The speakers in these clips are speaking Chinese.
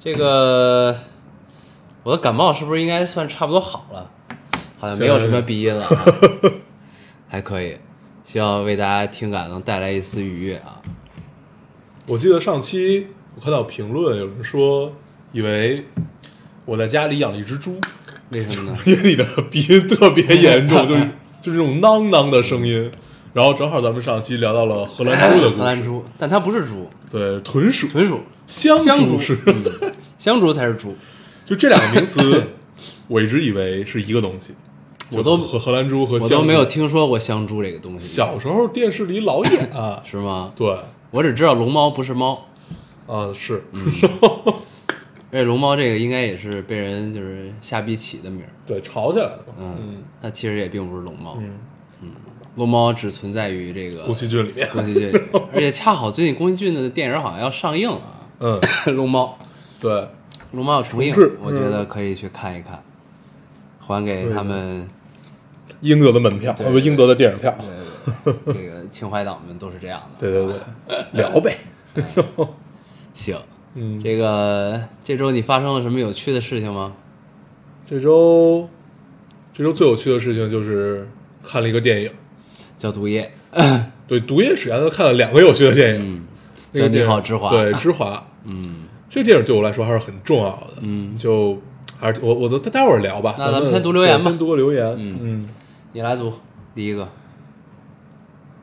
这个我的感冒是不是应该算差不多好了？好像没有什么鼻音了、啊， 还可以。希望为大家听感能带来一丝愉悦啊！我记得上期我看到评论有人说，以为我在家里养了一只猪， 为什么呢？因为你的鼻音特别 严重，就是就是那种囔囔的声音。然后正好咱们上期聊到了荷兰猪的故事， 荷兰猪，但它不是猪，对豚鼠、豚鼠，香香猪是，嗯香猪才是猪。就这两个名词， 我一直以为是一个东西，我都就和荷兰猪和我香都猪没有。听说过香猪这个东西，小时候电视里老演啊，是吗？对我只知道龙猫不是猫，啊是，嗯而且龙猫这个应该也是被人就是瞎逼起的名儿。对吵起来了嘛，嗯，那其实也并不是龙猫，嗯，龙猫只存在于这个宫崎骏里面，宫崎骏里，而且恰好最近宫崎骏的电影好像要上映啊，嗯，龙猫，对，龙猫要重映重嗯制，我觉得可以去看一看，还给他们英德的门票，对呃不，英德的电影票。呃这个情怀党们都是这样的。对对对，聊呗。行，嗯，这个这周你发生了什么有趣的事情吗？这周这周最有趣的事情就是看了一个电影，叫毒液，对《毒液史》，都看了两个有趣的电影。嗯，那叫个你电影好之华，对，之华，嗯，这个电影对我来说还是很重要的。嗯就还是我我都待会儿聊吧。那咱咱们们先读留言吧对先读个留言。嗯嗯，你来读第一个，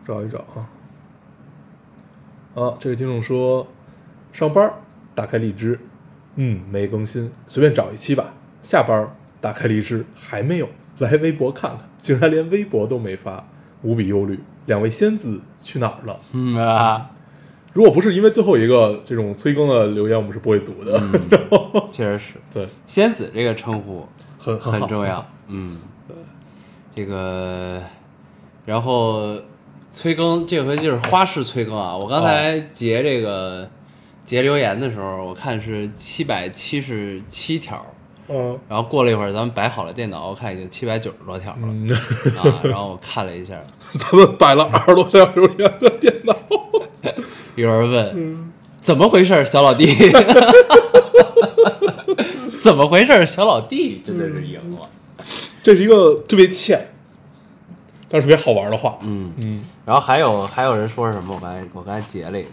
找一找啊。啊，这位听众说，上班儿打开荔枝，嗯，没更新，随便找一期吧。下班儿打开荔枝还没有，来微博看看，竟然连微博都没发，无比忧虑。两位仙子去哪儿了？嗯啊，如果不是因为最后一个这种催更的留言，我们是不会读的。嗯确实是对，仙子这个称呼很很好重要。嗯，这个，然后催更这回就是花式催更啊！我刚才哦截这个、截留言的时候，我看是七百七十七条，嗯然后过了一会儿，咱们摆好了电脑，我看已经七百九十多条了、嗯，啊。然后我看了一下，咱们摆了二十多条留言的电脑，有人问、嗯怎么回事儿，小老弟？ 怎么回事儿，小老弟？真的是赢了。这是一个特别欠，但是特别好玩的话。嗯嗯，然后还有还有人说什么？我刚才我刚才截了一个，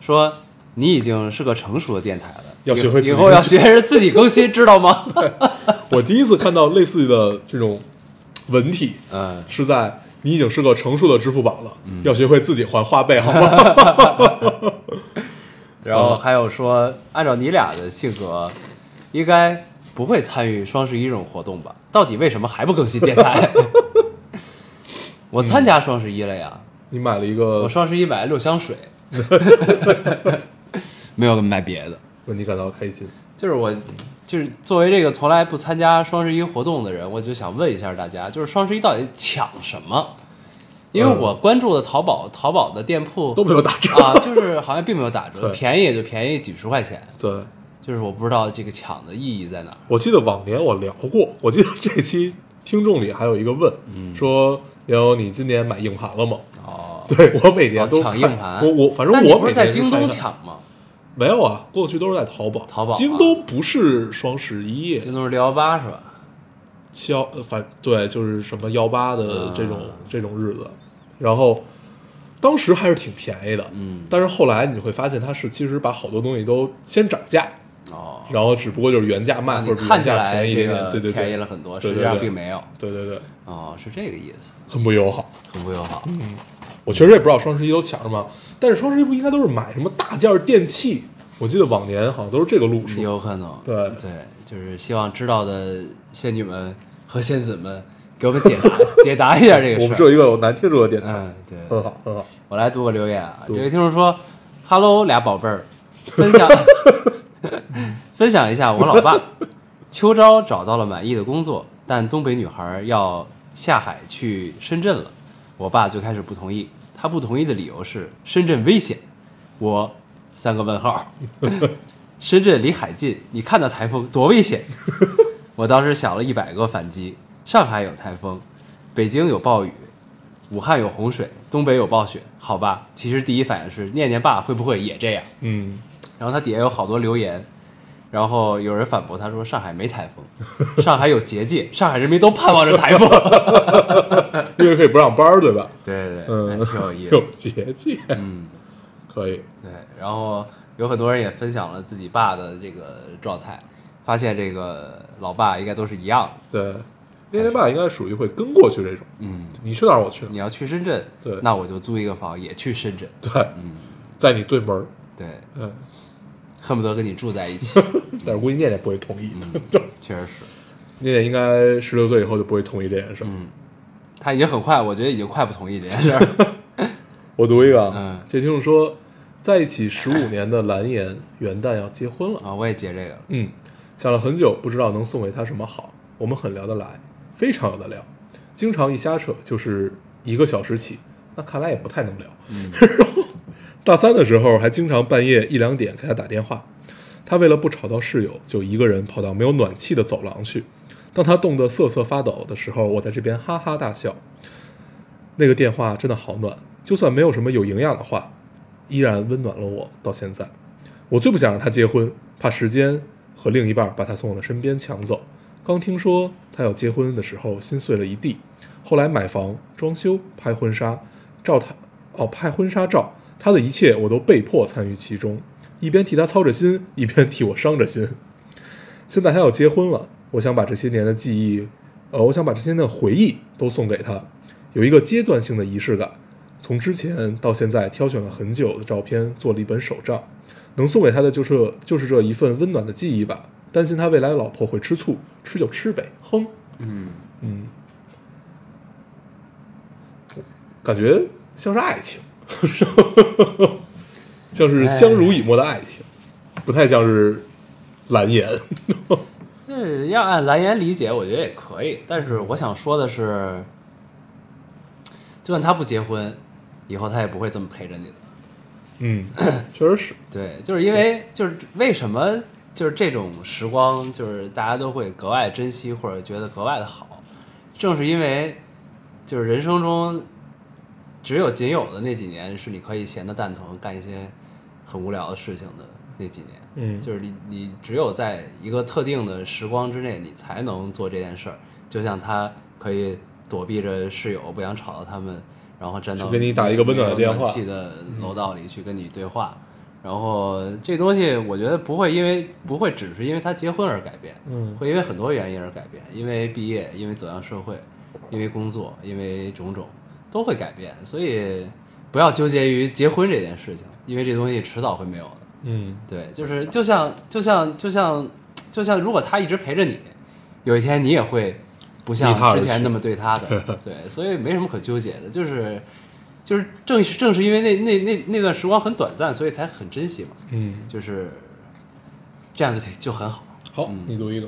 说你已经是个成熟的电台了，要以学会自以己后要学着自己更新，知道 吗？我第一次看到类似的这种文体，嗯，是在你已经是个成熟的支付宝了，要学会自己还花呗，好吗？ 然后还有说，按照你俩的性格，应该不会参与双十一这种活动吧？到底为什么还不更新电 台？我参加双十一了呀，你买了一个我，双十一买了六箱 水，没有买别的。为你感到开心。就是我，就是作为这个从来不参加双十一活动的人，我就想问一下大家，就是双十一到底抢什么？因为嗯我关注的淘宝，淘宝的店铺都没有打折啊，就是好像并没有打折，对便宜也就便宜几十块钱，对，就是我不知道这个抢的意义在哪儿。我记得往年我聊过，我记得这期听众里还有一个问，说瑶瑶你今年买硬盘了吗？嗯哦，对我每年都抢看硬盘我我反正但你我不每是在年京看东一看，抢吗？没有啊，过去都是在淘宝，淘宝啊京东不是双十一耶，京东是六幺八是吧？幺呃反对，就是什么幺八的这种、啊这种日子，然后当时还是挺便宜的，嗯但是后来你会发现它是其实把好多东西都先涨价，哦，然后只不过就是原价卖啊或你者比看原起价来便宜一这点个点，对对便宜对了，很多，对实对际上对并没有。对对对，哦，是这个意思，很不友好。很不友好。我确实也不知道双十一都抢什么，但是双十一不应该都是买什么大件儿电器？我记得往年好像都是这个路数，有可能，对对，就是希望知道的仙女们和仙子们给我们解答 解答一下这我个们事是儿。有一个有难听住的电台，嗯，对，很好很好。我来读个留言啊，这读位听众说：“Hello，俩宝贝儿，分享 分享一下我老爸，秋招找到了满意的工作，但东北女孩要下海去深圳了。我爸最开始不同意，他不同意的理由是深圳危险。我三个问号，深圳离海近，你看到台风多危险。我当时想了一百个反击：上海有台风，北京有暴雨，武汉有洪水，东北有暴雪。好吧，其实第一反应是念念爸会不会也这样？嗯，然后他底下有好多留言，然后有人反驳他说：“上海没台风，上海有结界，上海人民都盼望着台风。 因为可以不上班儿，对吧？”对对对，还嗯， 挺有意思有。节气，嗯，可以，对。然后有很多人也分享了自己爸的这个状态，发现这个老爸应该都是一样的。对，那天爸应该属于会跟过去这种，嗯，你去哪儿我去你哪儿，要去深圳，对那我就租一个房也去深圳。对，嗯，在你对门儿，对，嗯，恨不得跟你住在一起。但是估计念念不会同意，嗯， 确实是。念念应该十六岁以后就不会同意这件事儿。嗯，他已经很快，我觉得已经快不同意这 件事儿了。我读一个啊嗯，这听众说，在一起十五年的蓝颜元旦要结婚了，啊，我也接这个了。嗯，想了很久，不知道能送给他什么好。我们很聊得来，非常有得聊，经常一瞎扯就是一个小时起，那看来也不太能聊。 嗯大三的时候还经常半夜一两点给他打电话，他为了不吵到室友，就一个人跑到没有暖气的走廊去。当他冻得瑟瑟发抖的时候，我在这边哈哈大笑。那个电话真的好暖，就算没有什么有营养的话，依然温暖了我到现在。我最不想让他结婚，怕时间和另一半把他从我的身边抢走。刚听说他要结婚的时候，心碎了一地。后来买房、装修、拍婚纱照他，哦，拍婚纱照，他的一切我都被迫参与其中，一边替他操着心，一边替我伤着心。 现在他要结婚了，我想把这些年的记忆，呃，我想把这些年的回忆都送给他，有一个阶段性的仪式感。从之前到现在，挑选了很久的照片，做了一本手账，能送给他的就是就是这一份温暖的记忆吧。担心他未来的老婆会吃醋，吃就吃呗，哼，嗯，嗯，感觉像是爱情， 像是相濡以沫的爱情，不太像是蓝颜。 这要按蓝颜理解，我觉得也可以。但是我想说的是，就算他不结婚，以后他也不会这么陪着你的。嗯， 确实是，对，就是因为就是为什么就是这种时光，就是大家都会格外珍惜或者觉得格外的好，正是因为就是人生中只有仅有的那几年是你可以闲得蛋疼，干一些很无聊的事情的那几年。嗯就是你你只有在一个特定的时光之内，你才能做这件事儿。就像他可以躲避着室友，不想吵到他们，然后站到就给你打一个温暖的没有电话嗯气的楼道里去跟你对话。然后这东西我觉得不会因为不会只是因为他结婚而改变，嗯会因为很多原因而改变，因为毕业，因为走向社会，因为工作，因为种种都会改变，所以不要纠结于结婚这件事情，因为这东西迟早会没有的。嗯对，就是就像就像就像就像，如果他一直陪着你，有一天你也会不离他像而去之前那么对他的。对，所以没什么可纠结的，就是就是正是正是因为那那那那段时光很短暂，所以才很珍惜嘛。嗯，就是这样就挺就很好。好，你读一个。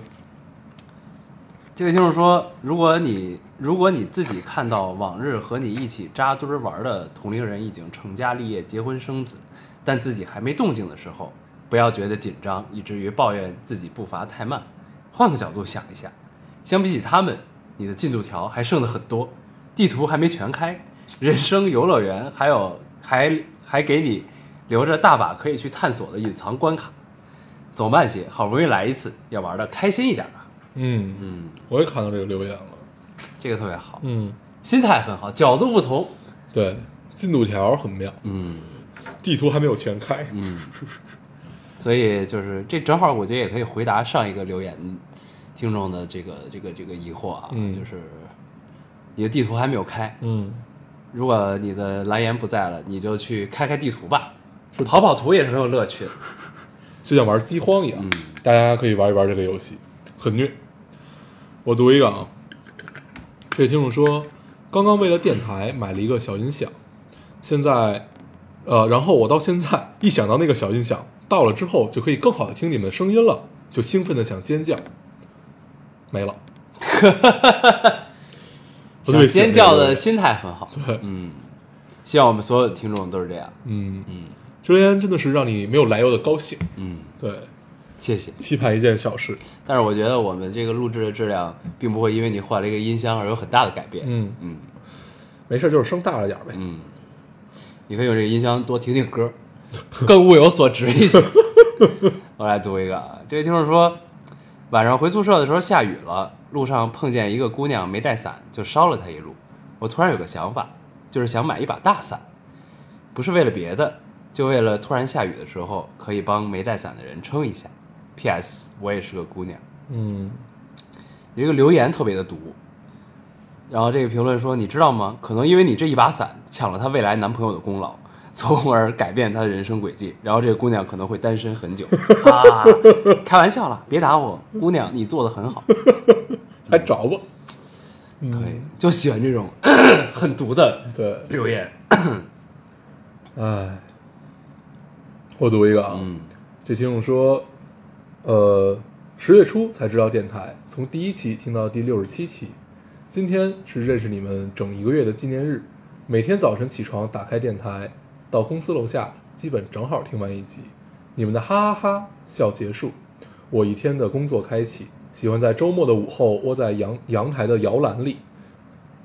这位听众说，如果你如果你自己看到往日和你一起扎堆儿玩的同龄人已经成家立业、结婚生子，但自己还没动静的时候，不要觉得紧张，以至于抱怨自己步伐太慢。换个角度想一下，相比起他们，你的进度条还剩的很多，地图还没全开，人生游乐园还有还还给你留着大把可以去探索的隐藏关卡。走慢些，好不容易来一次，要玩的开心一点啊吧。嗯，嗯，我也看到这个留言了。这个特别好。嗯，心态很好，角度不同。对，进度条很妙，嗯地图还没有全开。嗯，所以就是这正好，我觉得也可以回答上一个留言听众的这个这个这个疑惑啊，嗯就是你的地图还没有开，嗯，如果你的蓝颜不在了，你就去开开地图吧，跑跑图也是很有乐趣的。就像玩饥荒一样，嗯大家可以玩一玩这个游戏，很虐。我读一个啊，这位听众说，刚刚为了电台买了一个小音响，现在，呃，然后我到现在一想到那个小音响到了之后，就可以更好的听你们的声音了，就兴奋的想尖叫，没 了。我哦对想尖叫的血心态很好。对嗯，希望我们所有的听众都是这样。没有，嗯嗯，这留言真的是让你没有来由的高兴，嗯，对，谢谢。期盼一件小事，但是我觉得我们这个录制的质量，并不会因为你换了一个音箱而有很大的改变。嗯，嗯没事儿就是声大了点儿呗，嗯，你可以用这个音箱多听听歌， 更物有所值一些。 我来读一个，啊，这位听众说，晚上回宿舍的时候下雨了，路上碰见一个姑娘没带伞，就捎了她一路。我突然有个想法，就是想买一把大伞，不是为了别的，就为了突然下雨的时候可以帮没带伞的人撑一下。P.S. 我也是个姑娘。嗯，有一个留言特别的毒，然后这个评论说：“你知道吗？可能因为你这一把伞抢了她未来男朋友的功劳， 从而改变她的人生轨迹，然后这个姑娘可能会单身很久。”啊， 开玩笑啦，别打我，姑娘，你做的很好，还找我，对，就喜欢这种 很毒的对，留言。哎，我读一个啊，嗯这听众说，呃，十月初才知道电台，从第一期听到第六十七期，今天是认识你们整一个月的纪念日。每天早晨起床打开电台，到公司楼下，基本正好听完一集。你们的哈哈哈笑结束，我一天的工作开启。喜欢在周末的午后窝在阳阳台的摇篮里，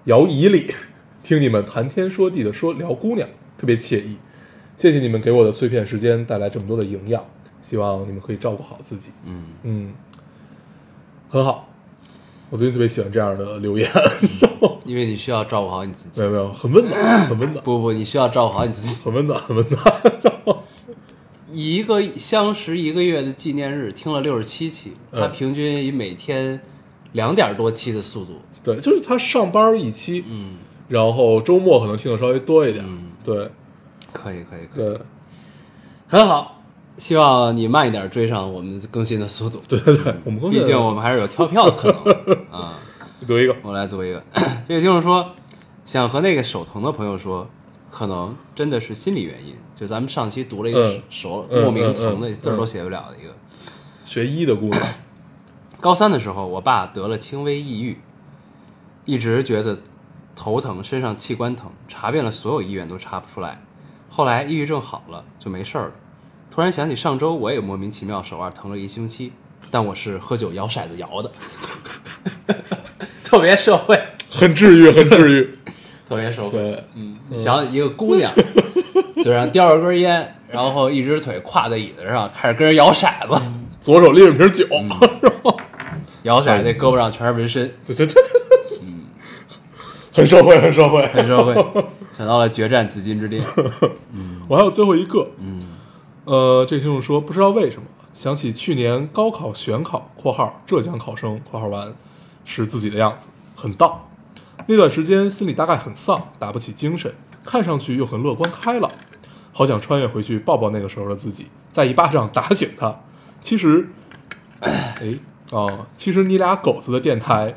摇椅里，听你们谈天说地的说聊姑娘，特别惬意。谢谢你们给我的碎片时间带来这么多的营养，希望你们可以照顾好自己。嗯，嗯，很好，我最近特别喜欢这样的留言， 因为你需要照顾好你自己没，有没有，很温 暖，很温暖，不不，你需要照顾好你自己。很温暖， 很温暖。一个相识一个月的纪念日，听了六十七期，他嗯平均以每天两点多期的速度，对，就是他上班一期，嗯。然后周末可能听的稍微多一点。对可以可以可以，对很好。希望你慢一点追上我们更新的速 度。对，对对，我们更毕竟我们还是有跳票的可能 啊。读一个，我来读一个，这个听众说，想和那个手疼的朋友说，可能真的是心理原因。就咱们上期读了一个嗯手嗯莫名疼的嗯嗯字儿都写不了的一个。学医的姑娘，高三的时候，我爸得了轻微抑郁，一直觉得头疼、身上器官疼，查遍了所有医院都查不出来。后来抑郁症好了，就没事儿了。突然想起上周我也莫名其妙手腕疼了一星期，但我是喝酒摇骰子摇的， 特别社会，很治愈，很治 愈。特别社会。对，嗯，想一个姑娘，嘴上叼着根烟，然后一只腿跨在椅子上，开始跟人摇骰子，左手拎着瓶酒，嗯摇骰子那胳膊上全是纹身。 对对对对对，嗯很社会，很社会，黑社会，想到了决战紫禁之巅。我还有最后一个，嗯，呃，这个听众说不知道为什么想起去年高考选考（括号浙江考生）（括号完）时自己的样子，很荡。那段时间心里大概很丧，打不起精神，看上去又很乐观开朗，好想穿越回去抱抱那个时候的自己，再一巴掌打醒他。其实，哎，哦，其实你俩狗子的电台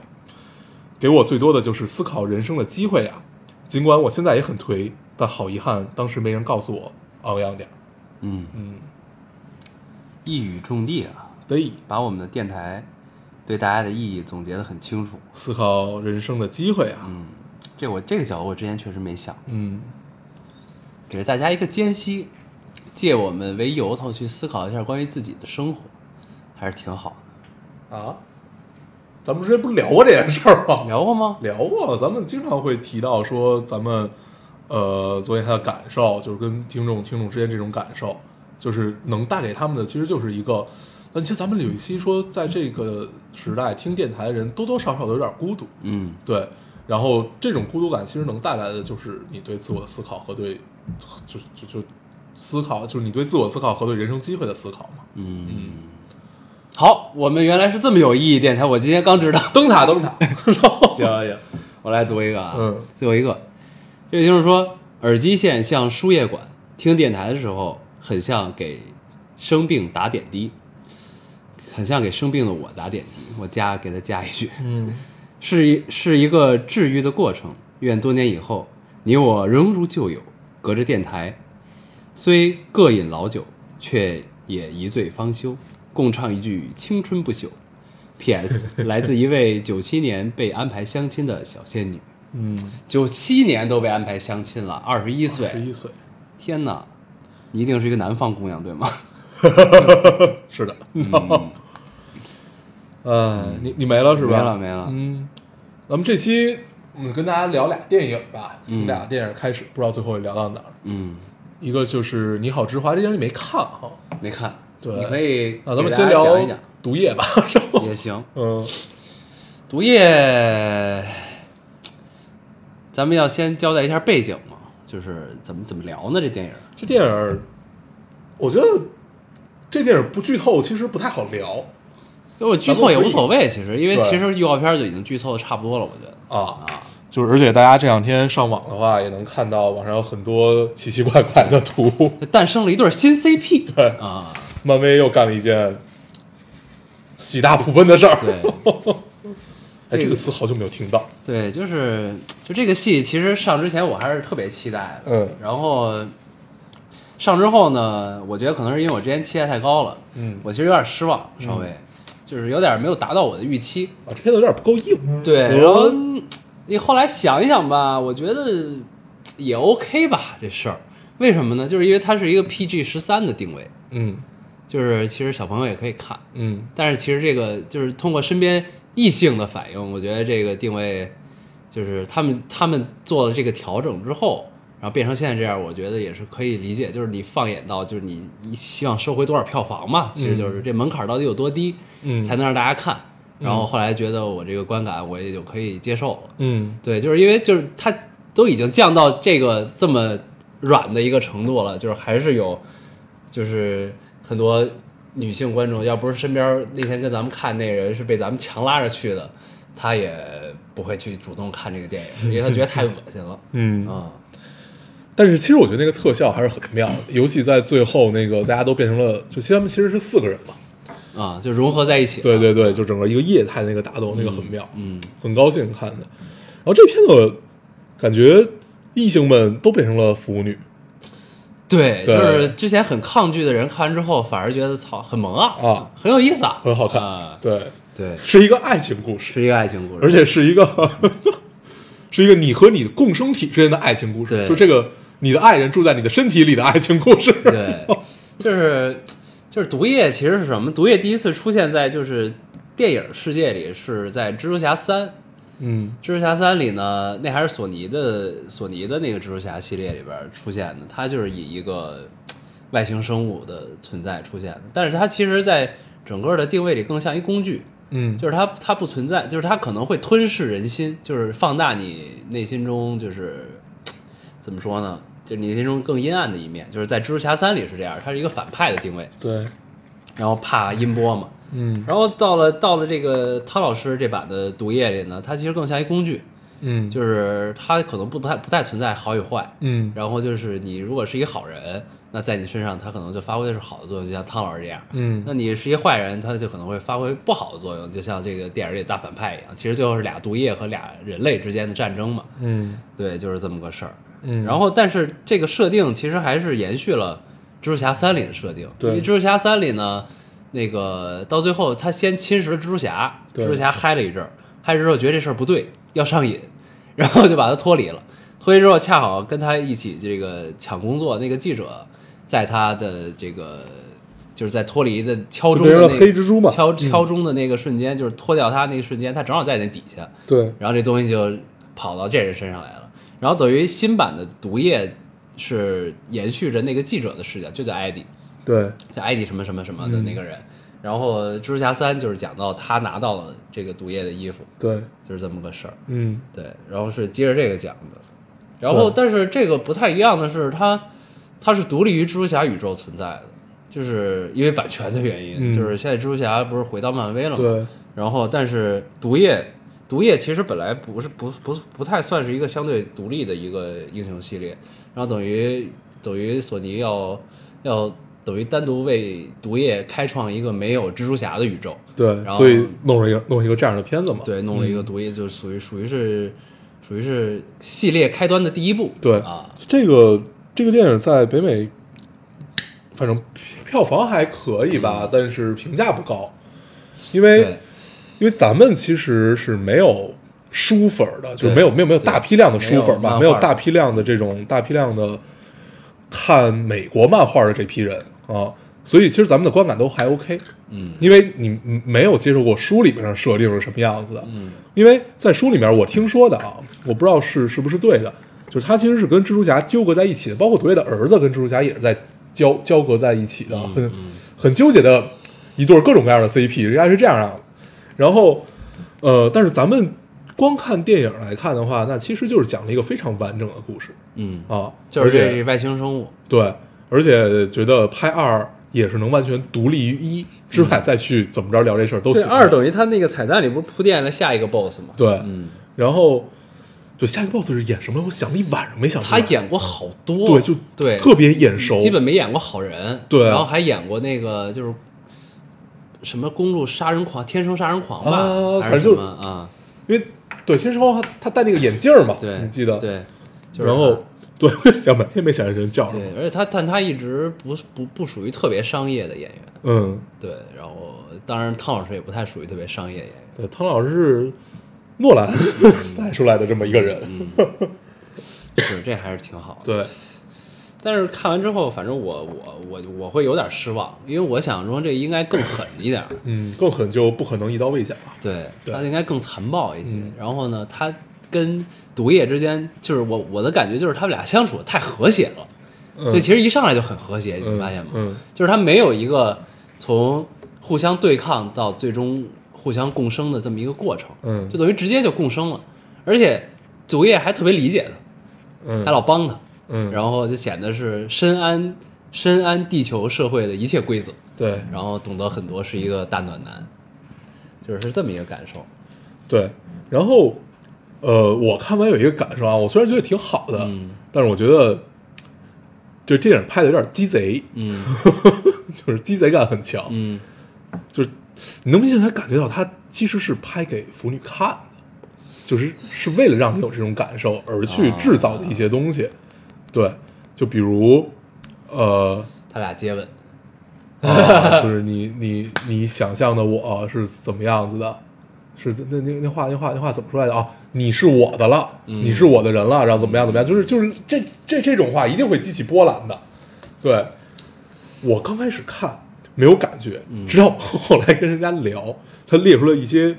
给我最多的就是思考人生的机会啊呀、尽管我现在也很颓，但好遗憾，当时没人告诉我昂扬点儿。嗯，嗯，一语中的啊，得把我们的电台对大家的意义总结的很清楚。思考人生的机会啊。嗯，这我这个角度我之前确实没想，嗯，给了大家一个间隙，借我们为由头去思考一下关于自己的生活，还是挺好的。啊，咱们之前不是聊过这件事儿吗？聊过吗？聊过，咱们经常会提到说咱们，呃，昨天他的感受，就是跟听众听众之间这种感受，就是能带给他们的，其实就是一个。但其实咱们有一期说，在这个时代听电台的人多多少少都有点孤独，嗯，对，然后这种孤独感其实能带来的就是你对自我的思考和对，就就就思考，就是你对自我思考和对人生机会的思考嘛。嗯，好，我们原来是这么有意义电台，我今天刚知道。灯塔，灯塔， 行行，我来读一个啊，嗯，最后一个，这位听众说，耳机线像输液管，听电台的时候很像给生病打点滴，很像给生病的我打点滴。我加给他加一句，嗯，是一是一个治愈的过程。愿多年以后，你我仍如旧友，隔着电台，虽各饮老酒，却也一醉方休。共唱一句“青春不朽”。P.S. 来自一位九七年被安排相亲的小仙女，嗯，九七年都被安排相亲了，二十一岁，十一岁，天哪，你一定是一个南方姑娘对吗？是的，嗯呃，你你没了是吧？没了没了嗯，咱们这期嗯跟大家聊俩电影吧，从俩电影开始，不知道最后会聊到哪儿。嗯，一个就是《你好，之华》，这电影你没看哈？没看，对啊你可以那咱给们大先家聊讲一讲《毒液》吧，是吧？也行。嗯，毒液，咱们要先交代一下背景嘛，就是怎么怎么聊呢？这电影，这电影，我觉得这电影不剧透其实不太好聊因为我剧透也无所谓，其实因为对其实预告片就已经剧透的差不多了，我觉得啊。啊，就是，而且大家这两天上网的话，也能看到网上有很多奇奇怪怪的图。就诞生了一对新 CP，对啊，漫威又干了一件喜大普奔的事儿。对哎，这这个个词好久没有听到。对，就是就这个戏，其实上之前我还是特别期待的，嗯然后上之后呢，我觉得可能是因为我之前期待太高了，嗯我其实有点失望，稍微、就是有点没有达到我的预期，啊，这片子有点不够硬。对，哦嗯然后你后来想一想吧，我觉得也 OK 吧，这事儿。为什么呢？就是因为它是一个 PG 十三的定位，嗯就是其实小朋友也可以看，嗯，但是其实这个就是通过身边异性的反应，我觉得这个定位就是他们他们做了这个调整之后，然后变成现在这样，我觉得也是可以理解。就是你放眼到就是你希望收回多少票房嘛，其实就是这门槛到底有多低，嗯才能让大家看。嗯然后后来觉得我这个观感我也就可以接受了。嗯对，就是因为就是它都已经降到这个这么软的一个程度了，就是还是有，就是很多女性观众，要不是身边儿那天跟咱们看那人是被咱们强拉着去的，她也不会去主动看这个电影，因为她觉得太恶心了。嗯。嗯，但是其实我觉得那个特效还是很妙的，尤其在最后那个大家都变成了，就其实他们其实是四个人嘛。啊，就融合在一起。对，对对，就整个一个液态的那个打斗，那个很妙，啊嗯，很高兴看的。然后这片子感觉异性们都变成了腐女对，对就是之前很抗拒的人看完之后，反而觉得操很萌啊，啊，很有意思啊，很好看。啊，对，对，是一个爱情故事，是一个爱情故事，而且是一个 是一个你和你共生体之间的爱情故事，对就这个你的爱人住在你的身体里的爱情 故事。对，就是就是毒液其实是什么？毒液第一次出现在就是电影世界里是在蜘蛛侠三。嗯蜘蛛侠三里呢，那还是索尼的索尼的那个蜘蛛侠系列里边出现的，它就是以一个外星生物的存在出现的，但是它其实在整个的定位里更像一工具，嗯，就是它它不存在，就是它可能会吞噬人心，就是放大你内心中就是怎么说呢？就是你内心中更阴暗的一面，就是在蜘蛛侠三里是这样，它是一个反派的定位，对，然后怕音波嘛。嗯然后到了到了这个汤老师这版的毒液里呢，它其实更像一工具，嗯就是它可能不太不太存在好与坏，嗯然后就是你如果是一个好人，那在你身上它可能就发挥的是好的作用，就像汤老师这样，嗯那你是一坏人，他就可能会发挥不好的作用，就像这个电影里的大反派一样。其实最后是俩毒液和俩人类之间的战争嘛，嗯对，就是这么个事儿。嗯然后，但是这个设定其实还是延续了蜘蛛侠三里的设定，对因为蜘蛛侠三里呢，那个到最后他先侵蚀了蜘蛛侠，对蜘蛛侠嗨了一阵儿，嗨了之后觉得这事儿不对，要上瘾，然后就把他脱离了。 脱离之后，恰好跟他一起这个抢工作那个记者，在他的这个就是在脱离的敲钟的就变那个成了黑蜘蛛嘛敲嗯敲钟的那个瞬间，就是脱掉他那个瞬间，他正好在那底下，对，然后这东西就跑到这人身上来了。然后等于新版的毒液是延续着那个记者的视角，就叫艾迪，对，叫艾迪什么什么什么的嗯那个人。然后蜘蛛侠三就是讲到他拿到了这个毒液的衣服，对，就是这么个事儿。嗯对，然后是接着这个讲的。然后，但是这个不太一样的是，它它是独立于蜘蛛侠宇宙存在的，就是因为版权的原因，嗯就是现在蜘蛛侠不是回到漫威了吗？对，然后，但是毒液，毒液其实本来不是不不不太算是一个相对独立的一个英雄系列，然后等于等于索尼要要等于单独为毒液开创一个没有蜘蛛侠的宇宙，对，然后所以弄了一个弄了一个这样的片子嘛。对，弄了一个嗯毒液，就属于属于是属于是系列开端的第一步，对啊，这个这个电影在北美反正票房还可以吧，但是评价不高，因为对因为咱们其实是没有书粉儿的，就对是没有没有没有对大批量的书粉儿吧，没没有漫画有大批量的这种大批量的看美国漫画的这批人啊，所以其实咱们的观感都还 OK，嗯因为你你没有接受过书里面的设定是什么样子的，嗯因为在书里面我听说的啊，我不知道是是不是对的，就是他其实是跟蜘蛛侠纠葛在一起的，包括鬼月的儿子跟蜘蛛侠也是在交交隔在一起的，嗯很很纠结的一对儿各种各样的 CP，人家是这样啊。然后，呃，但是咱们光看电影来看的话，那其实就是讲了一个非常完整的故事嗯，啊，就是而这且外星生物，对，而且觉得拍二也是能完全独立于一之外，再去怎么着聊这事儿都对行。二等于他那个彩蛋里不是铺垫了下一个 BOSS 吗？对嗯，然后，对下一个 boss 是演什么？我想了一晚上没想出他来。演过好多，对就对特别眼熟，基本没演过好人，对然后还演过那个就是什么公路杀人狂、天生杀人狂吧，啊还是反正什就是么啊？因为对新时候他他戴那个眼镜儿嘛，对，你记得？对，就是然后对，我想半天没想起人叫他什么对，。而且他但他一直不不不属于特别商业的演员，嗯，对，然后当然汤老师也不太属于特别商业演员，对，呃汤老师是诺兰 带出来的这么一个人。嗯是这还是挺好的。对，但是看完之后，反正我我我我会有点失望，因为我想说这应该更狠一点儿，嗯，更狠就不可能一刀未剪了。对，对它应该更残暴一些。嗯然后呢，他跟毒液之间，就是我我的感觉就是他们俩相处得太和谐了，嗯所以其实一上来就很和谐，嗯你发现吗？嗯就是他没有一个从互相对抗到最终互相共生的这么一个过程，嗯就等于直接就共生了，而且毒液还特别理解他，嗯，还老帮他，嗯，然后就显得是深谙深谙地球社会的一切规则。对然后懂得很多，是一个大暖男，就是是这么一个感受。对，然后呃，我看完有一个感受啊，我虽然觉得挺好的，嗯但是我觉得就电影拍的有点鸡贼， 嗯就是鸡贼感很强，嗯，就是你能明显地感觉到他其实是拍给腐女看的，就是是为了让你有这种感受而去啊制造的一些东西。对，就比如呃，他俩接吻， 啊就是你你你想象的我是怎么样子的，是那那那话那话那话怎么说来着啊？你是我的了，嗯你是我的人了，然后怎么样怎么样？就是就是这这这种话一定会激起波澜的。对，我刚开始看没有感觉，嗯直到后来跟人家聊，他列出了一些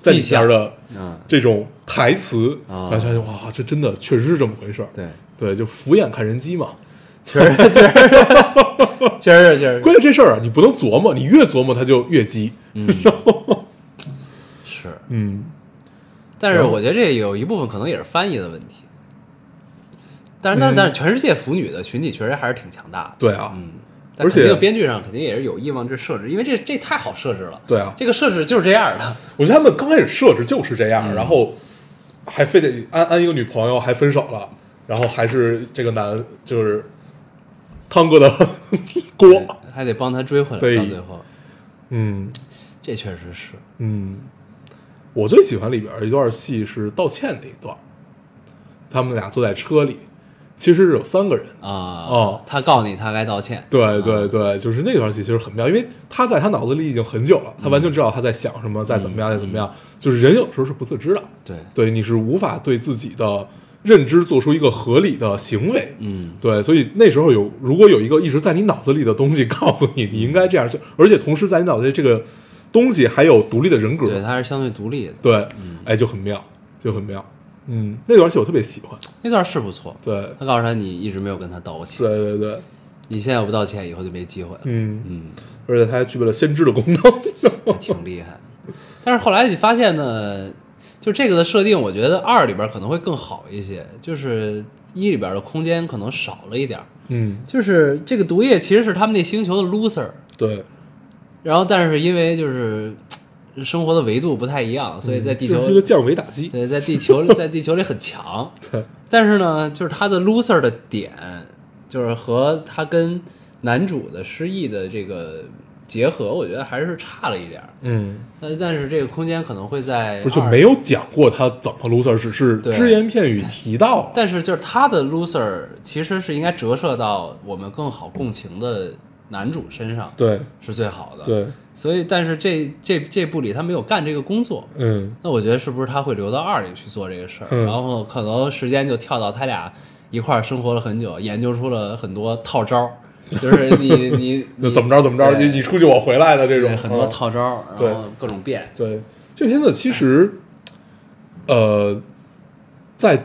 在里迹象边的嗯，这种台词，啊然后发现哇，这真的确实是这么回事儿。对，对，就俯眼看人机嘛。确实确实确实确实关键这事儿啊，你不能琢磨，你越琢磨它就越激。嗯是，嗯，但是我觉得这有一部分可能也是翻译的问题。但是但是但是，全世界腐女的群体确实还是挺强大的。对啊，嗯，但而且肯定编剧上肯定也是有意往这设置，因为这这太好设置了。对啊这个设置就是这样的。我觉得他们刚开始设置就是这样，然后还非得安安一个女朋友，还分手了，然后还是这个男就是汤哥的 锅。还得帮他追回对来，到最后，嗯这确实是嗯，我最喜欢里边一段戏是道歉那一段，他们俩坐在车里，其实是有三个人。啊。哦他告你，他该道歉。对对对，就是那段戏其实很妙，因为他在他脑子里已经很久了，他完全知道他在想什么，在怎么样，在怎么样。就是人有时候是不自知的，对，对，你是无法对自己的认知做出一个合理的行为。嗯对，所以那时候有，如果有一个一直在你脑子里的东西 告诉你，你应该这样，就而且同时在你脑子里这个东西还有独立的人格，对，嗯他是相对独立的，对，哎，就很妙，就很妙。嗯，那段戏我特别喜欢。那段是不错。对，他告诉他你一直没有跟他道歉，对对对，你现在不道歉，以后就没机会了。嗯， 嗯，而且它还具备了先知的功能。还挺厉害的。但是后来你发现呢，就这个的设定，我觉得二里边可能会更好一些，就是一里边的空间可能少了一点儿。嗯，就是这个毒液其实是他们那星球的 loser，对，然后但是因为就是嘖生活的维度不太一样，所以在地球这嗯是一个降维打击。对，在地球在地球里很强，但是呢，就是他的 loser 的点，就是和他跟男主的失忆的这个结合，我觉得还是差了一点儿。嗯，但但是这个空间可能会在不是就二没，有讲过他怎么 loser，只是对只言片语提到了。但是就是他的 loser 其实是应该折射到我们更好共情的男主身上对是最好的。，对，所以但是这这这部里他没有干这个工作，嗯那我觉得是不是他会留到二里去做这个事儿，嗯然后可能时间就跳到他俩一块儿生活了很久，研究出了很多套招 儿，就是你你就你怎么着怎么着，对你你出去我回来的这种对很多嗯套招儿，对然后各种变，对，这片子其实，呃，在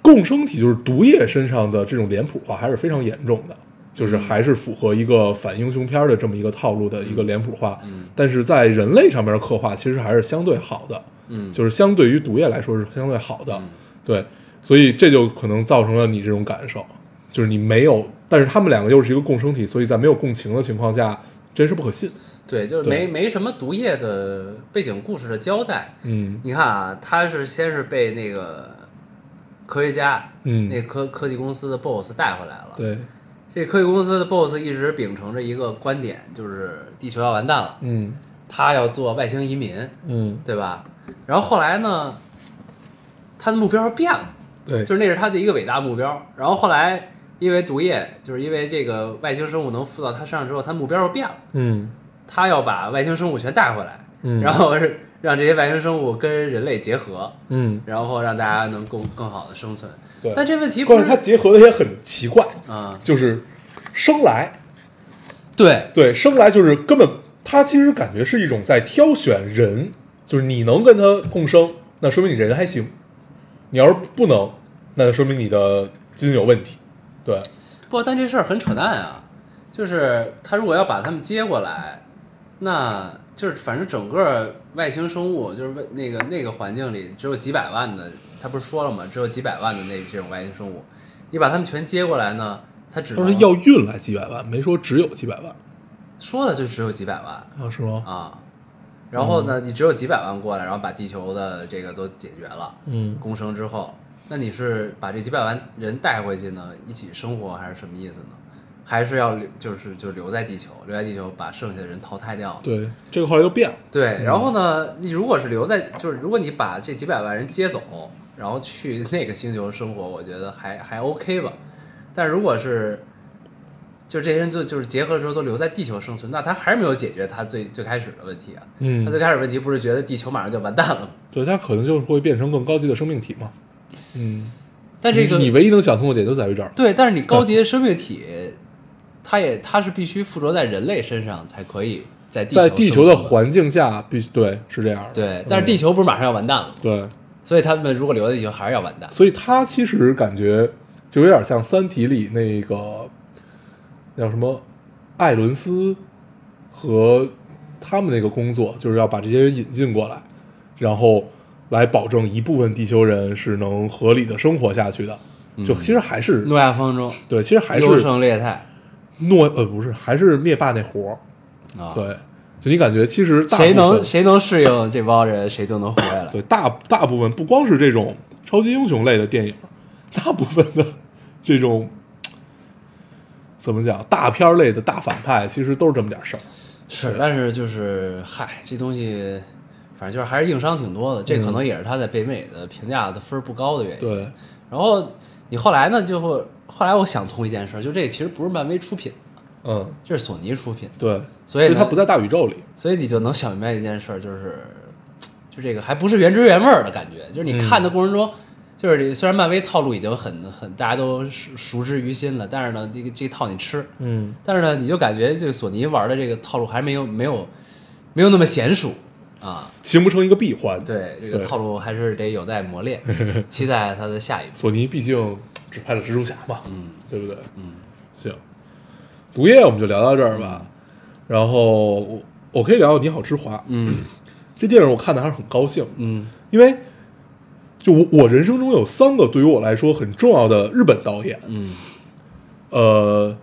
共生体就是毒液身上的这种脸谱化还是非常严重的，就是嗯还是符合一个反英雄片儿的这么一个套路的一个脸谱化。嗯但是在人类上面的刻画其实还是相对好的，嗯，就是相对于毒液来说是相对好的。嗯对，所以这就可能造成了你这种感受，就是你没有，但是他们两个又是一个共生体，所以在没有共情的情况下，真是不可信。对，就是没对没什么毒液的背景故事的交代。嗯你看啊，他是先是被那个科学家，嗯，那科科技公司的 boss 带回来了。，对，这科技公司的 boss 一直秉承着一个观点，就是地球要完蛋了，嗯他要做外星移民，嗯。对吧？然后后来呢，他的目标变了，对，就是那是他的一个伟大目标。然后后来因为毒液，就是因为这个外星生物能附到他身上之后，他目标又变了。嗯他要把外星生物全带回来，嗯然后是让这些外星生物跟人类结合，嗯，然后让大家能更更好的生存。对但这问题不关键它结合的也很奇怪，啊、就是生来，对对，生来就是根本，他其实感觉是一种在挑选人，就是你能跟他共生，那说明你人还行；你要是不能，那就说明你的基因有问题。对，不，但这事儿很扯淡啊！就是他如果要把他们接过来，那就是反正整个外星生物就是为那个那个环境里只有几百万的，他不是说了吗？只有几百万的那这种外星生物，你把他们全接过来呢，他只他能说要运来几百万，没说只有几百万说了就只有几百万，啊，是吗？啊，然后呢，你只有几百万过来，然后把地球的这个都解决了，嗯共生之后，那你是把这几百万人带回去呢，一起生活，还是什么意思呢？还是要留，就是就留在地球，留在地球把剩下的人淘汰掉？对，这个后来就变了。对，然后呢，你如果是留在，就是如果你把这几百万人接走，然后去那个星球生活，我觉得还还 OK 吧。但如果是，就这些人就就是结合之后都留在地球生存，那他还是没有解决他最最开始的问题啊。嗯他最开始问题不是觉得地球马上就完蛋了吗？对，它可能就会变成更高级的生命体嘛。嗯，但这个你唯一能想通的点就在于这儿。对，但是你高级的生命体，它也它是必须附着在人类身上才可以在地在地球生的存环境下，必须对是这样的。对，但是嗯地球不是马上要完蛋了吗？对，所以他们如果留在地球还是要完蛋。所以他其实感觉就有点像《三体》里那个叫什么艾伦斯和他们那个工作，就是要把这些人引进过来，然后来保证一部分地球人是能合理的生活下去的。就其实还是、嗯诺亚方舟对，其实还是优胜劣汰诺呃不是，还是灭霸那活儿。啊！，对，就你感觉其实大谁部分能谁能适应这帮人，谁就能活下来。对，大大部分不光是这种超级英雄类的电影，大部分的这种怎么讲，大片儿类的大反派其实都是这么点事儿。是，但是就是嗨，这东西反正就是还是硬伤挺多的，这可能也是他在北美的评价的分儿不高的原因。嗯对，然后你后来呢，就会后来我想通一件事儿，就这其实不是漫威出品，嗯，这是索尼出品，对，所以呢它不在大宇宙里。所以你就能想明白一件事儿，就是就这个还不是原汁原味儿的感觉，就是嗯你看的过程中，就是你虽然漫威套路已经很很大家都熟熟知于心了，但是呢，这个这套你吃，嗯，但是呢，你就感觉这个索尼玩的这个套路还没有没有没有那么娴熟啊。形不成一个闭环。，对，这个对套路还是得有待磨练， 期待它的下一步。索尼毕竟只拍了蜘蛛侠嘛，嗯对不对？嗯，行，毒液我们就聊到这儿吧。然后我我可以聊聊《你好，之华》嗯 这电影，我看的还是很高兴。嗯因为就我我人生中有三个对于我来说很重要的日本导演，嗯呃，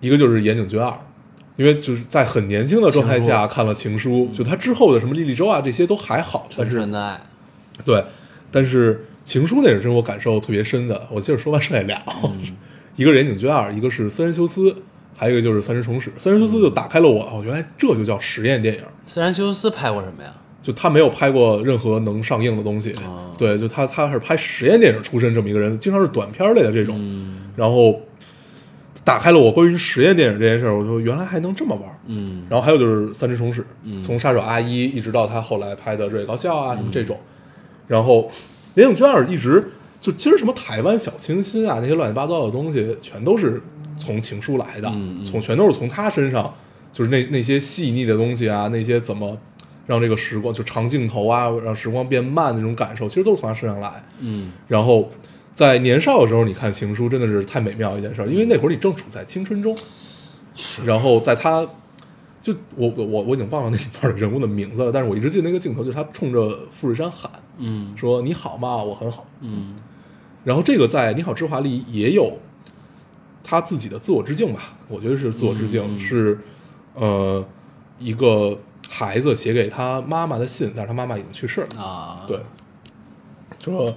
一个就是岩井俊二，因为就是在很年轻的状态下看了《情书》嗯就他之后的什么《莉莉周》啊这些都还好，但纯是纯的爱，对，但是《情书》那也是我感受特别深的。我接着说完剩下俩，嗯 一个是岩井俊二，一个是森人修斯，还有一个就是三人重史。三人修斯就打开了我，哦，原来这就叫实验电影。斯兰修斯拍过什么呀？就他没有拍过任何能上映的东西，哦对，就他他是拍实验电影出身这么一个人，经常是短片类的这种，嗯然后打开了我关于实验电影这件事儿，我说原来还能这么玩儿。嗯然后还有就是《三只虫史》嗯从《杀手阿一》一直到他后来拍的《热血高校》啊什么这种，然后《连影圈二》一直就其实什么台湾小清新啊那些乱七八糟的东西，全都是从情书来的，嗯嗯从全都是从他身上，就是那那些细腻的东西啊，那些怎么让这个时光就长镜头啊，让时光变慢的那种感受，其实都是从他身上来。嗯然后在年少的时候，你看《情书》真的是太美妙的一件事，儿，因为那会儿你正处在青春中。然后在他，就我我我我已经忘了那里边的人物的名字了，但是我一直记得那个镜头，就是他冲着富士山喊嗯说：“你好吗？我很好。嗯”然后这个在《你好，之华》里也有他自己的自我致敬吧，我觉得是自我致敬，嗯嗯是呃一个孩子写给他妈妈的信，但是他妈妈已经去世了。啊，对，就说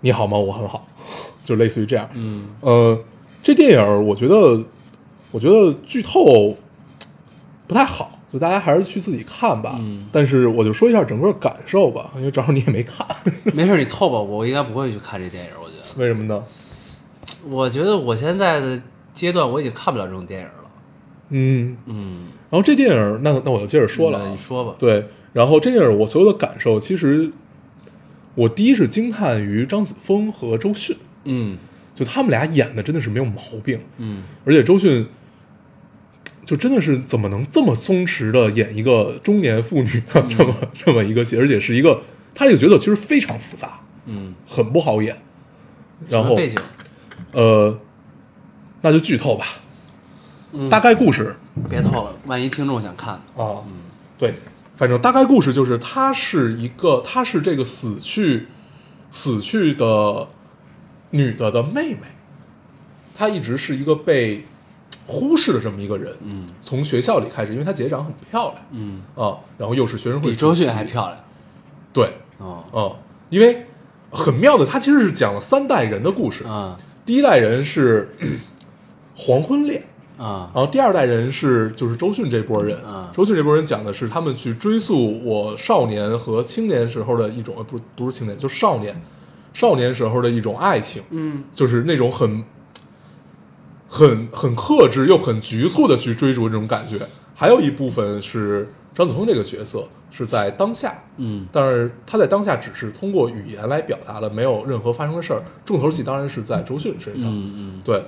你好吗？我很好， 就类似于这样。嗯呃，这电影儿我觉得，我觉得剧透不太好，就大家还是去自己看吧。嗯但是我就说一下整个感受吧，因为正好你也没看， 没事，你透吧，我应该不会去看这电影，我觉得。为什么呢？我觉得我现在的阶段我已经看不了这种电影了。嗯，嗯，然后这电影儿，那那我就接着说了啊，那你说吧。对，然后这电影儿我所有的感受，其实我第一是惊叹于张子枫和周迅，嗯就他们俩演的真的是没有毛病，嗯而且周迅就真的是怎么能这么松弛的演一个中年妇女的嗯 这么、这么一个戏，而且是一个她这个角色其实非常复杂，嗯，很不好演。然什么后背景，呃，那就剧透吧，嗯大概故事别透了，万一听众想看。啊，嗯对，反正大概故事就是她是一个，她是这个死去死去的女的的妹妹，她一直是一个被忽视的这么一个人。嗯从学校里开始，因为她姐长得很漂亮嗯，啊，然后又是学生会比周主席迅还漂亮。对，哦，嗯，因为很妙的，她其实是讲了三代人的故事。嗯第一代人是 黄昏恋，啊然后第二代人是就是周迅这波人嗯。周迅这波人讲的是他们去追溯我少年和青年时候的一种，呃不是不是青年，就少年，少年时候的一种爱情。嗯就是那种很、很、很克制又很局促的去追逐这种感觉。还有一部分是张子枫这个角色是在当下，嗯但是他在当下只是通过语言来表达了没有任何发生的事儿。重头戏当然是在周迅身上，嗯嗯对。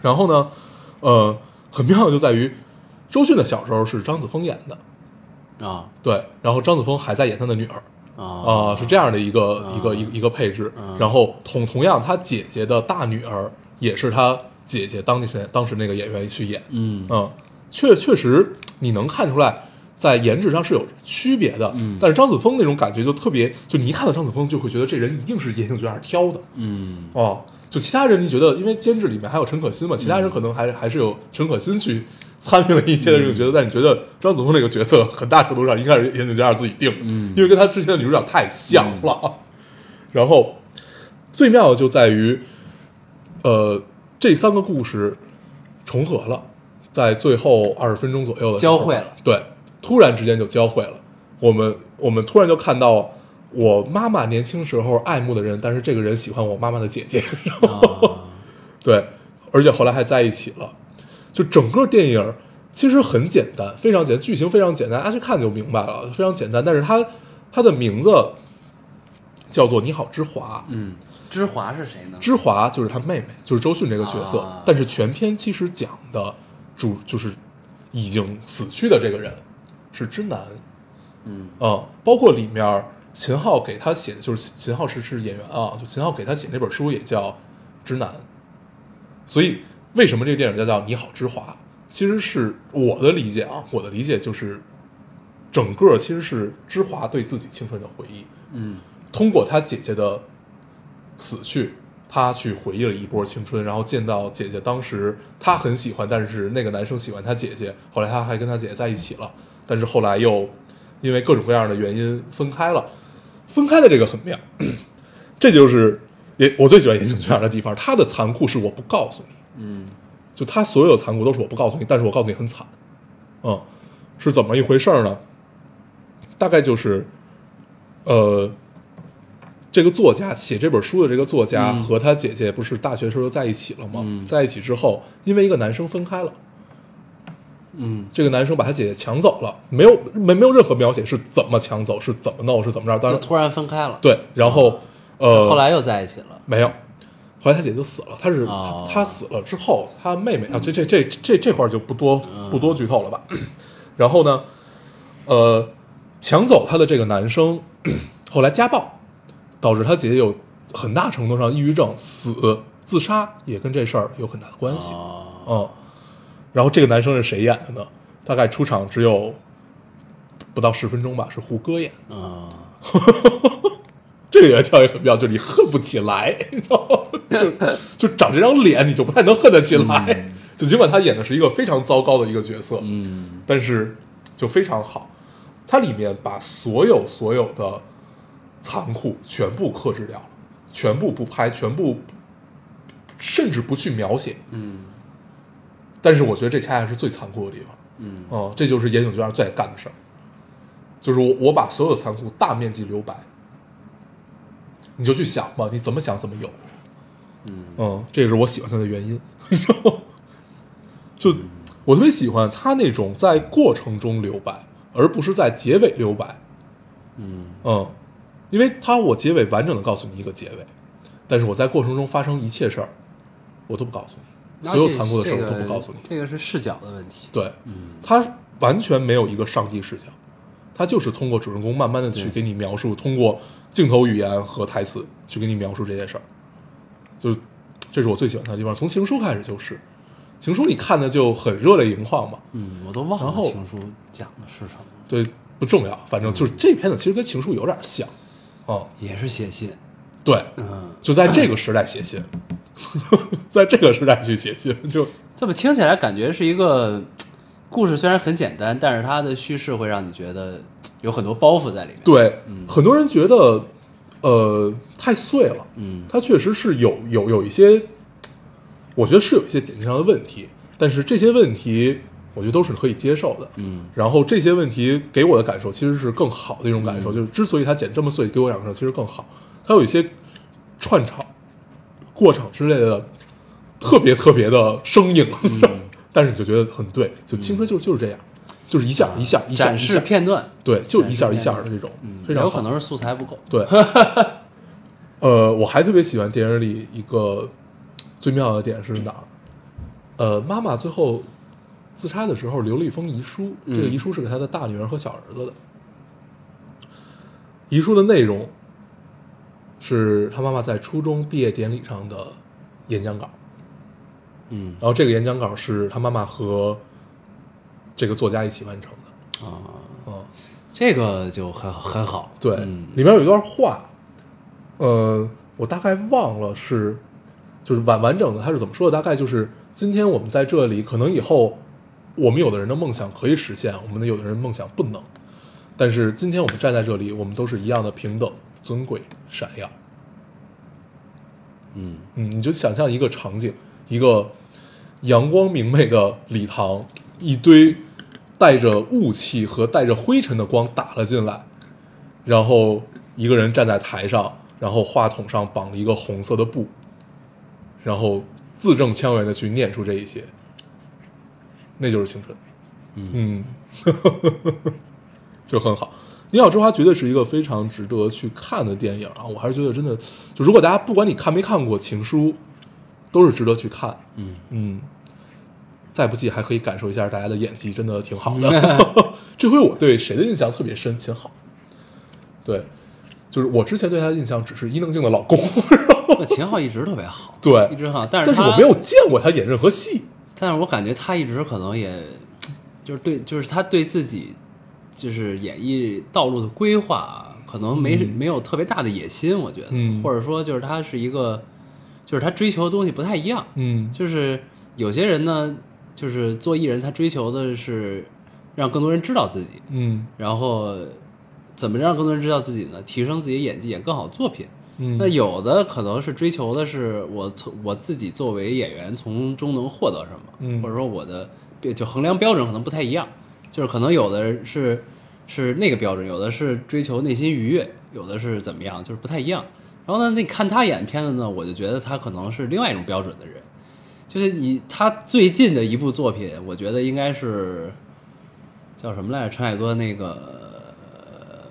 然后呢，呃，很妙的就在于周迅的小时候是张子枫演的，啊对，然后张子枫还在演他的女儿，啊啊、是这样的一个、一个一个一个配置。然后同同样，他姐姐的大女儿也是他姐姐当时当时那个演员去演，嗯嗯，确确实你能看出来。在颜值上是有区别的，嗯但是张子枫那种感觉就特别，就你一看到张子枫就会觉得这人一定是野性卷二挑的嗯哦。就其他人你觉得，因为监制里面还有陈可辛嘛，其他嗯人可能还、还是有陈可辛去参与了一些的这种角色，但你觉得张子枫这个角色很大程度上应该是野性卷二自己定的，嗯因为跟他之前的女主角太像了。 然后最妙的就在于，呃，这三个故事重合了，在最后二十分钟左右的时候交汇了，对，突然之间就交汇了。我们我们突然就看到我妈妈年轻时候爱慕的人，但是这个人喜欢我妈妈的姐姐，然后 啊对，而且后来还在一起了。就整个电影其实很简单，非常简单，剧情非常简单，大家去看就明白了，非常简单。但是它它的名字叫做《你好，之华》，嗯，芝华是谁呢？之华就是他妹妹，就是周迅这个角色。啊但是全篇其实讲的主就是已经死去的这个人是之南，嗯嗯，包括里面儿秦昊给他写的，就是秦昊是是演员啊，就秦昊给他写那本书也叫《知南》，所以为什么这个电影叫叫《你好，之华》？其实是我的理解啊，我的理解就是，整个其实是之华对自己青春的回忆，嗯通过他姐姐的死去，他去回忆了一波青春，然后见到姐姐当时他很喜欢，但是那个男生喜欢他姐姐，后来他还跟他姐姐在一起了，但是后来又因为各种各样的原因分开了。分开的这个很妙， 这就是也我最喜欢言情这样的地方，他的残酷是我不告诉你，嗯就他所有的残酷都是我不告诉你，但是我告诉你很惨，嗯，是怎么一回事儿呢？大概就是，呃，这个作家写这本书的这个作家嗯和他姐姐不是大学时候就在一起了吗？嗯在一起之后，因为一个男生分开了，嗯这个男生把他姐姐抢走了，没有没没有任何描写是怎么抢走，是怎么弄，是怎么着。当就然，突然分开了，，对，然后呃，后来又在一起了，没有，后来他姐就死了。他是、哦他死了之后，他妹妹啊，这这这这这块儿就不多嗯不多剧透了吧。然后呢，呃，抢走他的这个男生后来家暴，导致他姐姐有很大程度上抑郁症，死自杀也跟这事儿有很大的关系。哦，嗯，然后这个男生是谁演的呢？大概出场只有不到十分钟吧，是胡歌演的。嗯， 这个演员跳也很妙，就是你恨不起来，你知道吗？ 就就长这张脸，你就不太能恨得起来。 就尽管他演的是一个非常糟糕的一个角色，嗯，但是就非常好。它里面把所有所有的残酷全部克制掉了，全部不拍，全部甚至不去描写。嗯，但是我觉得这恰恰是最残酷的地方。嗯，哦、这就是岩井俊二最爱干的事儿，就是我我把所有的残酷大面积留白，你就去想吧，你怎么想怎么有。哦嗯这也是我喜欢他的原因。 就我特别喜欢他那种在过程中留白，而不是在结尾留白。嗯，嗯，因为他我结尾完整的告诉你一个结尾，但是我在过程中发生一切事儿，我都不告诉你，那所有这残酷的事儿这我个都不告诉你。这个是视角的问题，对，嗯他完全没有一个上帝视角，他就是通过主人公慢慢的去对给你描述，通过镜头语言和台词去给你描述这些事儿，就是这是我最喜欢他的地方。从情书开始就是，情书你看的就很热泪盈眶嘛，嗯，我都忘然后了情书讲的是什么，对，不重要，反正嗯就是这片子其实跟情书有点像，啊、也是写信，对，嗯，就在这个时代写信， 在这个时代去写信，就这么听起来感觉是一个故事，虽然很简单，但是它的叙事会让你觉得有很多包袱在里面，，对，嗯很多人觉得，呃，太碎了。嗯它确实是有有有一些，我觉得是有一些剪辑上的问题，但是这些问题我觉得都是可以接受的。嗯然后这些问题给我的感受其实是更好的一种嗯感受，就是之所以它剪这么碎，给我感受其实更好。它有一些串场、过场之类的特别特别的生硬，嗯 但是你就觉得很对，就青春就就是这样，就是一下一下一嗯下展一示下，片段，对，就一下展示一片下的这种，嗯，非常有好可能是素材不够，对，呃，我还特别喜欢电影里一个最妙的点是哪儿？呃，妈妈最后自杀的时候留了一封遗书，嗯这个遗书是给她的大女儿和小儿子的。遗书的内容是她妈妈在初中毕业典礼上的演讲稿，嗯然后这个演讲稿是她妈妈和这个作家一起完成的。啊，嗯，这个就很很好，对，嗯里面有一段话，呃，我大概忘了是，就是完完整的他是怎么说的，大概就是今天我们在这里，可能以后我们有的人的梦想可以实现，我们的有的人梦想不能，但是今天我们站在这里，我们都是一样的平等、尊贵、闪耀。嗯嗯，你就想象一个场景，一个阳光明媚的礼堂，一堆带着雾气和带着灰尘的光打了进来，然后一个人站在台上，然后话筒上绑了一个红色的布，然后字正腔圆的去念出这一些，那就是青春。嗯， 就很好。《你好，之花》绝对是一个非常值得去看的电影啊！我还是觉得真的，就如果大家不管你看没看过《情书》，都是值得去看。 嗯嗯，再不济还可以感受一下大家的演技，真的挺好的。 这回我对谁的印象特别深？秦昊。对，就是我之前对他的印象只是伊能静的老公， 那秦昊一直特别好，对一直好，但但是他我没有，见过他演任何戏。但是我感觉他一直可能也，就是对，就是他对自己就是演艺道路的规划，啊可能没、没有特别大的野心，我觉得，嗯或者说就是他是一个，就是他追求的东西不太一样，嗯就是有些人呢，就是做艺人，他追求的是让更多人知道自己，嗯然后怎么让更多人知道自己呢？提升自己的演技，演更好的作品。嗯，那有的可能是追求的是我从我自己作为演员从中能获得什么，嗯或者说我的就衡量标准可能不太一样，就是可能有的是是那个标准，有的是追求内心愉悦，有的是怎么样，就是不太一样。然后呢，那看他演片子呢，我就觉得他可能是另外一种标准的人，就是你他最近的一部作品，我觉得应该是叫什么来着？陈凯歌那个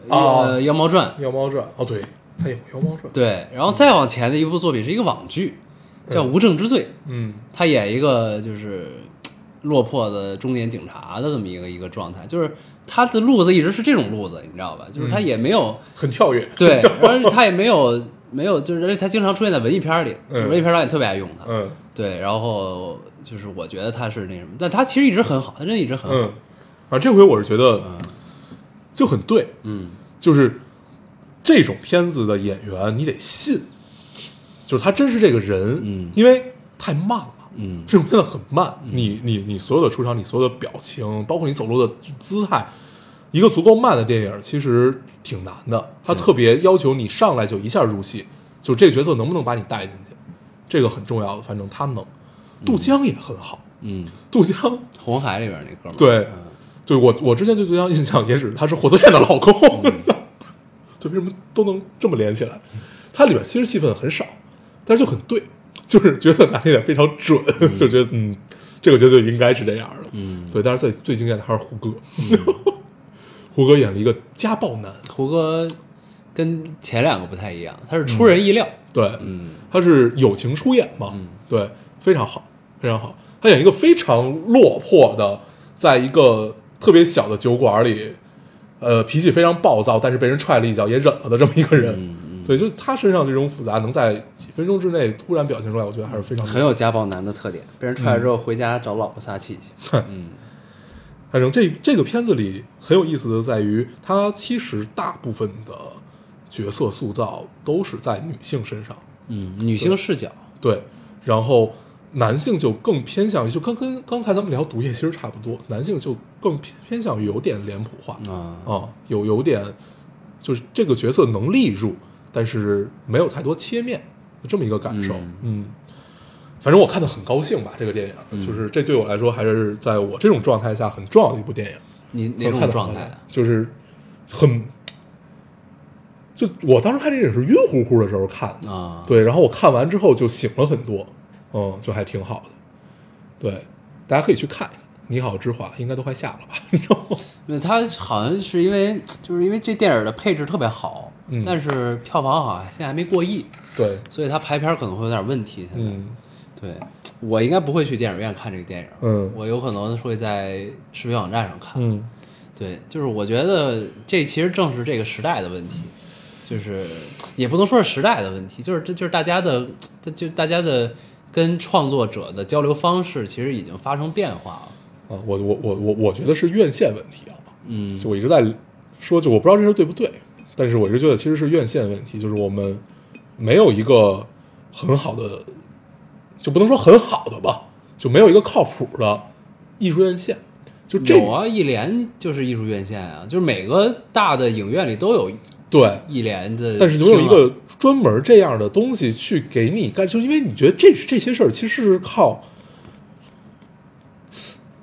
呃哦《妖猫传》 《妖猫传》哦，对，他有《妖猫传》，对，然后再往前的一部作品是一个网剧，叫《无证之罪》，嗯他演一个就是嘖落魄的中年警察的这么一个一个状态，就是他的路子一直是这种路子，你知道吧？就是他也没有、很跳跃，对，而且他也没有没有，就是而且他经常出现在文艺片里，就是文艺片导演特别爱用他。嗯对，然后就是我觉得他是那什么，但他其实一直很好，他真的一直很好。嗯，啊，这回我是觉得就很对，嗯就是这种片子的演员你得信，就是他真是这个人，嗯因为太慢了。嗯这种片子很慢，你你你所有的出场，你所有的表情，包括你走路的姿态，一个足够慢的电影其实挺难的。它特别要求你上来就一下入戏，就这个角色能不能把你带进去，这个很重要。反正他能，杜江也很好。嗯，杜江，红海里边那哥们儿，对嗯对我我之前对杜江印象也只是他是火色燕的老公，嗯 对，为什么都能这么连起来？它里边其实戏份很少，但是就很对，就是角色拿捏的非常准，就觉得嗯，这个角色应该是这样的。嗯，对，但是最最惊艳的还是胡歌， 胡歌演了一个家暴男，胡歌跟前两个不太一样，他是出人意料。对，嗯他是友情出演嘛，嗯对，非常好，非常好。他演一个非常落魄的，在一个特别小的酒馆里，呃，脾气非常暴躁，但是被人踹了一脚也忍了的这么一个人。嗯对，就是他身上这种复杂，能在几分钟之内突然表现出来，我觉得还是非常 嗯，很有家暴男的特点，被人踹了之后嗯回家找老婆撒气去。嗯反正这这个片子里很有意思的在于，它其实大部分的角色塑造都是在女性身上，嗯，女性视角，对，然后男性就更偏向于，就跟跟刚才咱们聊毒液其实差不多，男性就更偏偏向于有点脸谱化啊啊，有有点就是这个角色能立住，但是没有太多切面，就这么一个感受，嗯嗯。反正我看的很高兴吧，这个电嗯影就是这对我来说还是在我这种状态下很重要的一部电影。你哪我看种得状很态好啊？就是很，就我当时看这影是晕乎乎的时候看的，啊，对，然后我看完之后就醒了很多，嗯，就还挺好的。对，大家可以去看一看《你好，之华》，应该都快下了吧？你知道吗？ 对，它好像是因为就是因为这电影的配置特别好，嗯但是票房好像现在还没过亿，对，所以它排片可能会有点问题。现在，嗯对我应该不会去电影院看这个电影，嗯我有可能会在视频网站上看。嗯，对，就是我觉得这其实正是这个时代的问题，就是也不能说是时代的问题，就是这就是大家的，这就大家的跟创作者的交流方式其实已经发生变化了。啊，我我我我我觉得是院线问题啊，嗯就我一直在说，就我不知道这事对不对，但是我一直觉得其实是院线问题，就是我们没有一个很好的，就不能说很好的吧，就没有一个靠谱的艺术院线。就这有啊，艺联就是艺术院线啊，就是每个大的影院里都有对，艺联的厅啊，但是总有一个专门这样的东西去给你干，就因为你觉得这这些事儿其实是靠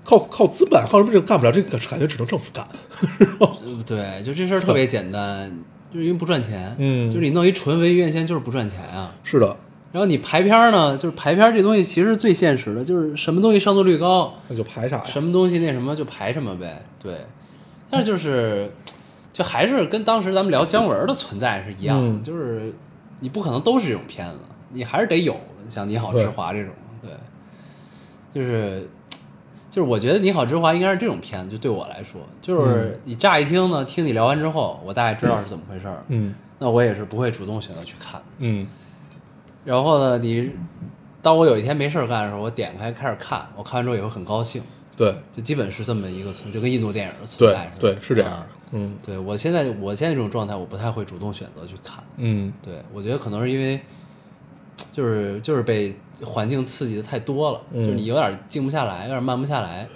靠靠资本，靠什么这干不了，这个感觉只能政府干。 呃对，就这事儿特别简单，就是因为不赚钱，嗯就是你弄一纯文艺院线就是不赚钱啊。是的，然后你排片儿呢，就是排片儿这东西其实是最现实的，就是什么东西上座率高，那就排啥呀？什么东西那什么就排什么呗，对。但是就是，就还是跟当时咱们聊姜文的存在是一样的，嗯就是你不可能都是这种片子，你还是得有像《你好，对之华》这种，对，就是就是我觉得《你好，之华》应该是这种片子，就对我来说，嗯就是你乍一听呢，听你聊完之后，我大概知道是怎么回事儿，嗯那我也是不会主动选择去看的。嗯然后呢，你当我有一天没事儿干的时候，我点开开始看，我看完之后也会很高兴。对就基本是这么一个存，就跟印度电影的存对在似的对，是这样的啊。嗯对我现在我现在这种状态，我不太会主动选择去看。嗯对我觉得可能是因为，就是就是被环境刺激的太多了，嗯就是你有点静不下来，有点慢不下来，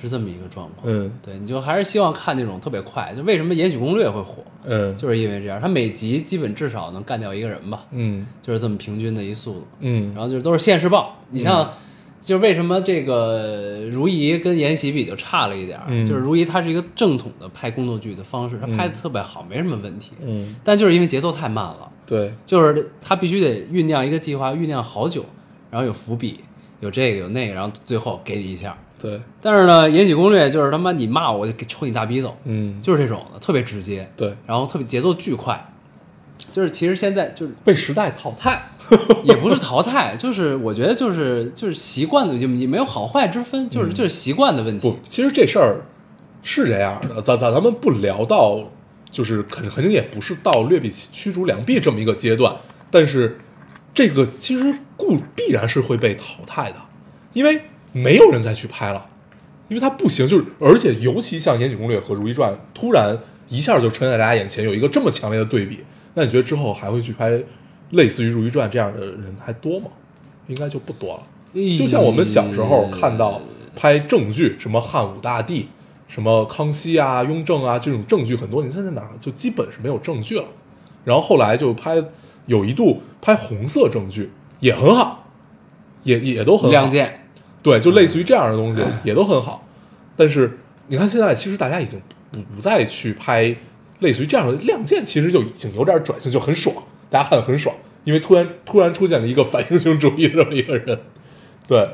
是这么一个状况。嗯对，你就还是希望看那种特别快。就为什么《延禧攻略》会火，嗯就是因为这样，它每集基本至少能干掉一个人吧，嗯就是这么平均的一速度。嗯然后就是都是现世报。你像就是为什么这个如懿跟延禧比就差了一点儿、嗯就是如懿她是一个正统的拍宫斗剧的方式，她嗯拍的特别好，没什么问题。嗯，但就是因为节奏太慢了，对，就是她必须得酝酿一个计划，酝酿好久，然后有伏笔，有这个有那个，然后最后给你一下。对，但是呢，《延禧攻略》就是他妈你骂我，我就给抽你大逼斗，嗯，就是这种的，特别直接，对，然后特别节奏巨快。就是其实现在就是被时代淘汰。汰， 也不是淘汰，就是我觉得就是就是习惯的，就也没有好坏之分，就是就是习惯的问嗯不题。，其实这事儿是这样的，咱咱咱们不聊到，就是肯肯定也不是到劣币驱逐良币这么一个阶段，但是这个其实固必然是会被淘汰的，因为没有人再去拍了，因为它不行，就是而且尤其像《延禧攻略》和《如懿传》，突然一下就呈现在大家眼前，有一个这么强烈的对比，那你觉得之后还会去拍类似于《如懿传》这样的人还多吗？应该就不多了。就像我们小时候看到拍正剧，什么汉武大帝、什么康熙啊、雍正啊这种正剧很多，你现在哪儿就基本是没有正剧了。然后后来就拍，有一度拍红色正剧也很好，也也都很好。亮剑，对，就嗯类似于这样的 东西、也都很好。但是你看现在，其实大家已经不不再去拍类似于这样的《亮剑》，其实就已经有点转型，就很爽，大家看得很爽，因为突然突然出现了一个反英雄主义的这么一个人，对。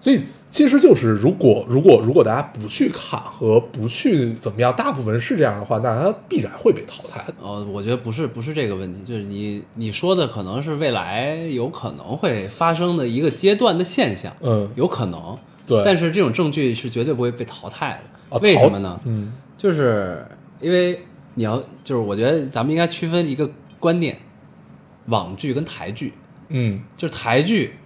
所以其实就是，如果如果如果大家不去看和不去怎么样，大部分人是这样的话，那他必然会被淘汰的。呃，我觉得不是不是这个问题，就是你你说的可能是未来有可能会发生的一个阶段的现象，嗯，有可能。对但是这种证据是绝对不会被淘汰的，啊为淘什么呢？嗯就是因为你要，就是我觉得咱们应该区分一个观念，网剧跟台剧。嗯就是台剧，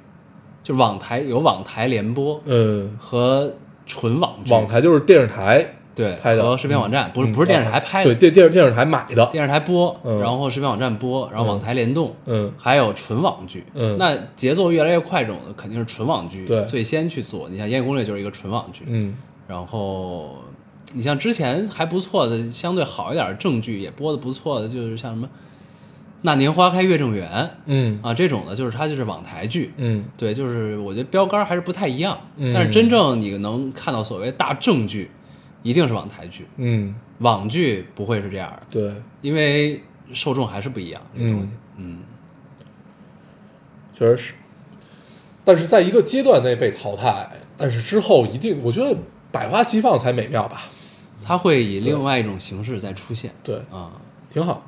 就是网台有网台联播嗯，和纯网剧，网台就是电视台对拍的和视频网站，不是嗯不是电视台拍的，对电电视电视台买的，电视台播，嗯然后视频网站播，然后网台联动，嗯还有纯网剧。嗯那节奏越来越快，这种的肯定是纯网剧对最先去做。你像《延禧攻略》就是一个纯网剧，嗯然后你像之前还不错的，相对好一点的正剧也播的不错的，就是像什么《那年花开月正圆》嗯啊这种的，就是它就是网台剧，嗯对，就是我觉得标杆还是不太一样，嗯但是真正你能看到所谓大正剧，一定是网台剧，嗯，网剧不会是这样的，对，因为受众还是不一样。这东西，嗯，确实是。但是在一个阶段内被淘汰，但是之后一定，我觉得百花齐放才美妙吧？它会以另外一种形式再出现。对，啊，挺好。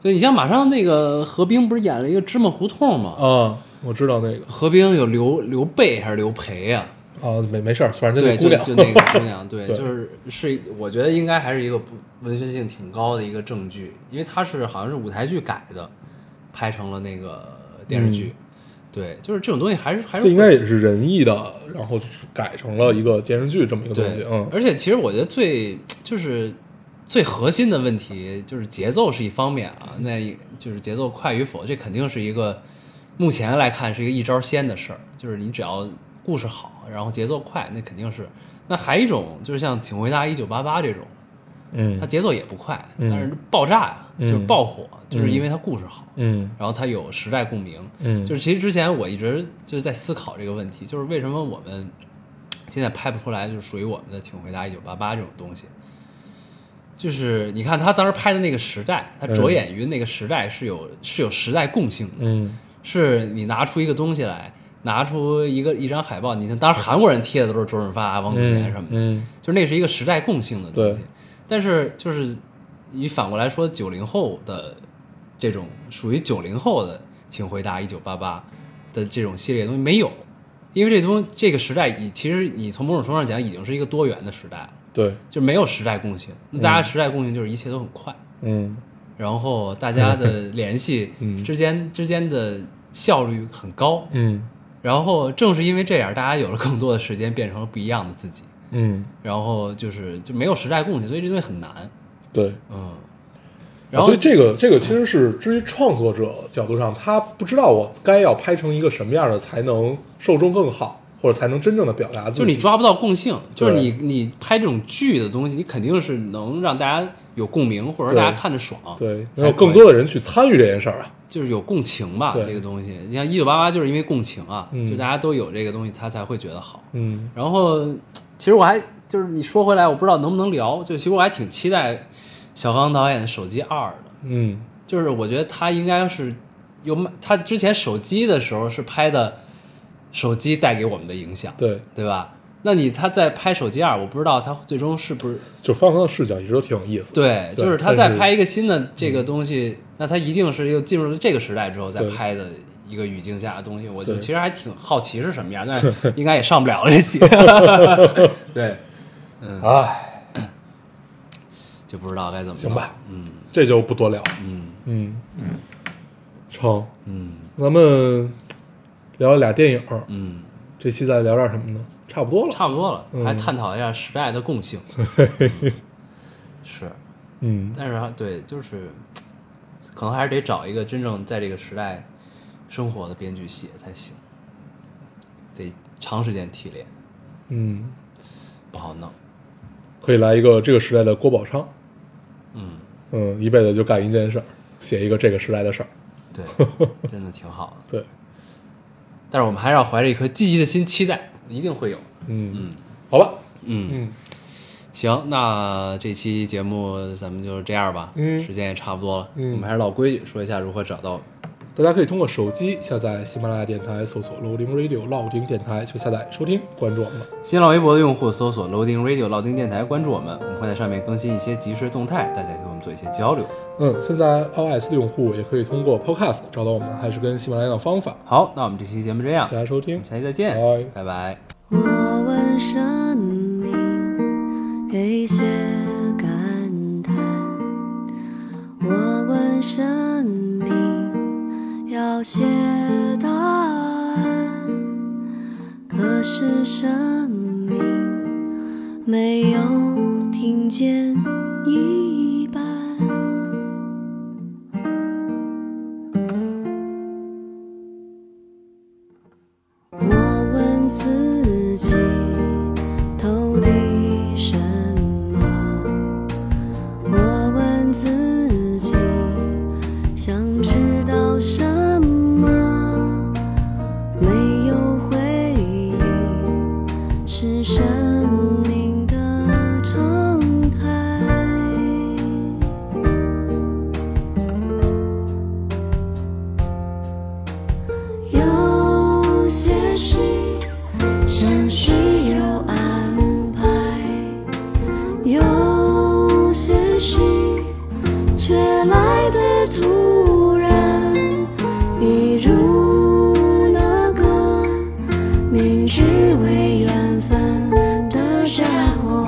所以你像马上那个何冰不是演了一个《芝麻胡同》吗？嗯，我知道那个何冰有刘刘备还是刘培呀、啊，没没事儿，反正就对，那姑就娘，就那个姑娘，对， 对就是是，我觉得应该还是一个不文学性挺高的一个正剧，因为它是好像是舞台剧改的，拍成了那个电视剧，对，就是这种东西还是还是嗯这应该会也是仁义的，然后改成了一个电视剧这么一个东西对。，嗯而且其实我觉得最就是最核心的问题就是节奏是一方面啊，那也就是节奏快与否，这肯定是一个目前来看是一个一招鲜的事儿，就是你只要故事好，然后节奏快，那肯定是。那还一种就是像《请回答一九八八》这种，它嗯节奏也不快，嗯但是爆炸呀、嗯就是爆火，就是因为它故事好，嗯然后它有时代共鸣。嗯，就是其实之前我一直就是在思考这个问题，就是为什么我们现在拍不出来，就是属于我们的《请回答一九八八》这种东西。就是你看他当时拍的那个时代，他着眼于那个时代是有、是有时代共性的，嗯是你拿出一个东西来，拿出一个一张海报，你像当时韩国人贴的都是周润发、啊王祖贤嗯什么的，嗯就是那是一个时代共性的东西对。但是就是你反过来说，九零后的这种属于九零后的《请回答一九八八》的这种系列东西没有，因为这东这个时代已其实你从某种程度上讲已经是一个多元的时代了，对，就没有时代共性。那大家时代共性就是一切都很快，嗯然后大家的联系嗯之间之间的效率很高。嗯然后正是因为这样，大家有了更多的时间，变成了不一样的自己。嗯，然后就是就没有时代共性，所以这东西很难。对。嗯，然后所以这个这个其实是至于创作者角度上，他不知道我该要拍成一个什么样的才能受众更好，或者才能真正的表达自己。就是你抓不到共性，就对是你你拍这种剧的东西，你肯定是能让大家有共鸣，或者说对大家看着爽。对，能才有可以更多的人去参与这件事儿啊。就是有共情吧，对这个东西。你像一九八八就是因为共情啊，嗯就大家都有这个东西，他才会觉得好。嗯然后，其实我还就是你说回来，我不知道能不能聊。就其实我还挺期待小刚导演《手机二》的，嗯就是我觉得他应该是有卖他之前手机的时候是拍的手机带给我们的影响，对，对吧？那你他在拍手机二，我不知道他最终是不是就方刚的视角一直都挺有意思的。对，对就是他但在是嗯拍一个新的这个东西，那他一定是又进入了这个时代之后再对拍的一个语境下的东西，我就对其实还挺好奇是什么 样，但应该也上不了这些，对，哎，就不知道该怎么行弄吧，嗯这就不多聊。嗯嗯嗯，成，嗯咱们聊了俩电影，嗯，这期再聊点什么呢？差不多了。差不多了，嗯还探讨一下时代的共 性，是，嗯，但是还对，就是可能还是得找一个真正在这个时代生活的编剧写才行，得长时间提炼，嗯，不好弄，可以来一个这个时代的郭宝昌。嗯。嗯，一辈子就干一件事儿，写一个这个时代的事儿。 对，真的挺好的。对，但是我们还是要怀着一颗积极的心，期待一定会有。嗯，嗯好吧，嗯，嗯，行，那这期节目咱们就这样吧，嗯时间也差不多了，嗯我们还是老规矩，说一下如何找到我们。大家可以通过手机下载喜马拉雅电台，搜索 Loading Radio 老丁电台就下载收听，关注我们了。新浪微博的用户搜索 Loading Radio 老丁电台，关注我们，我们会在上面更新一些即时动态，大家可以跟我们做一些交流。嗯，现在 iOS 的用户也可以通过 Podcast 找到我们，还是跟喜马拉雅的方法。好，那我们这期节目这样，谢谢大家收听，下期再见，拜拜拜。我问生命一些感叹，我问生命要些答案，可是生命没有听见一半。我问自己，投递什么？我问自己，想知道什么？没有回应，是生命的常态。有些事像是有安排，有些事却来得突然，一如那个明知为缘分的家伙。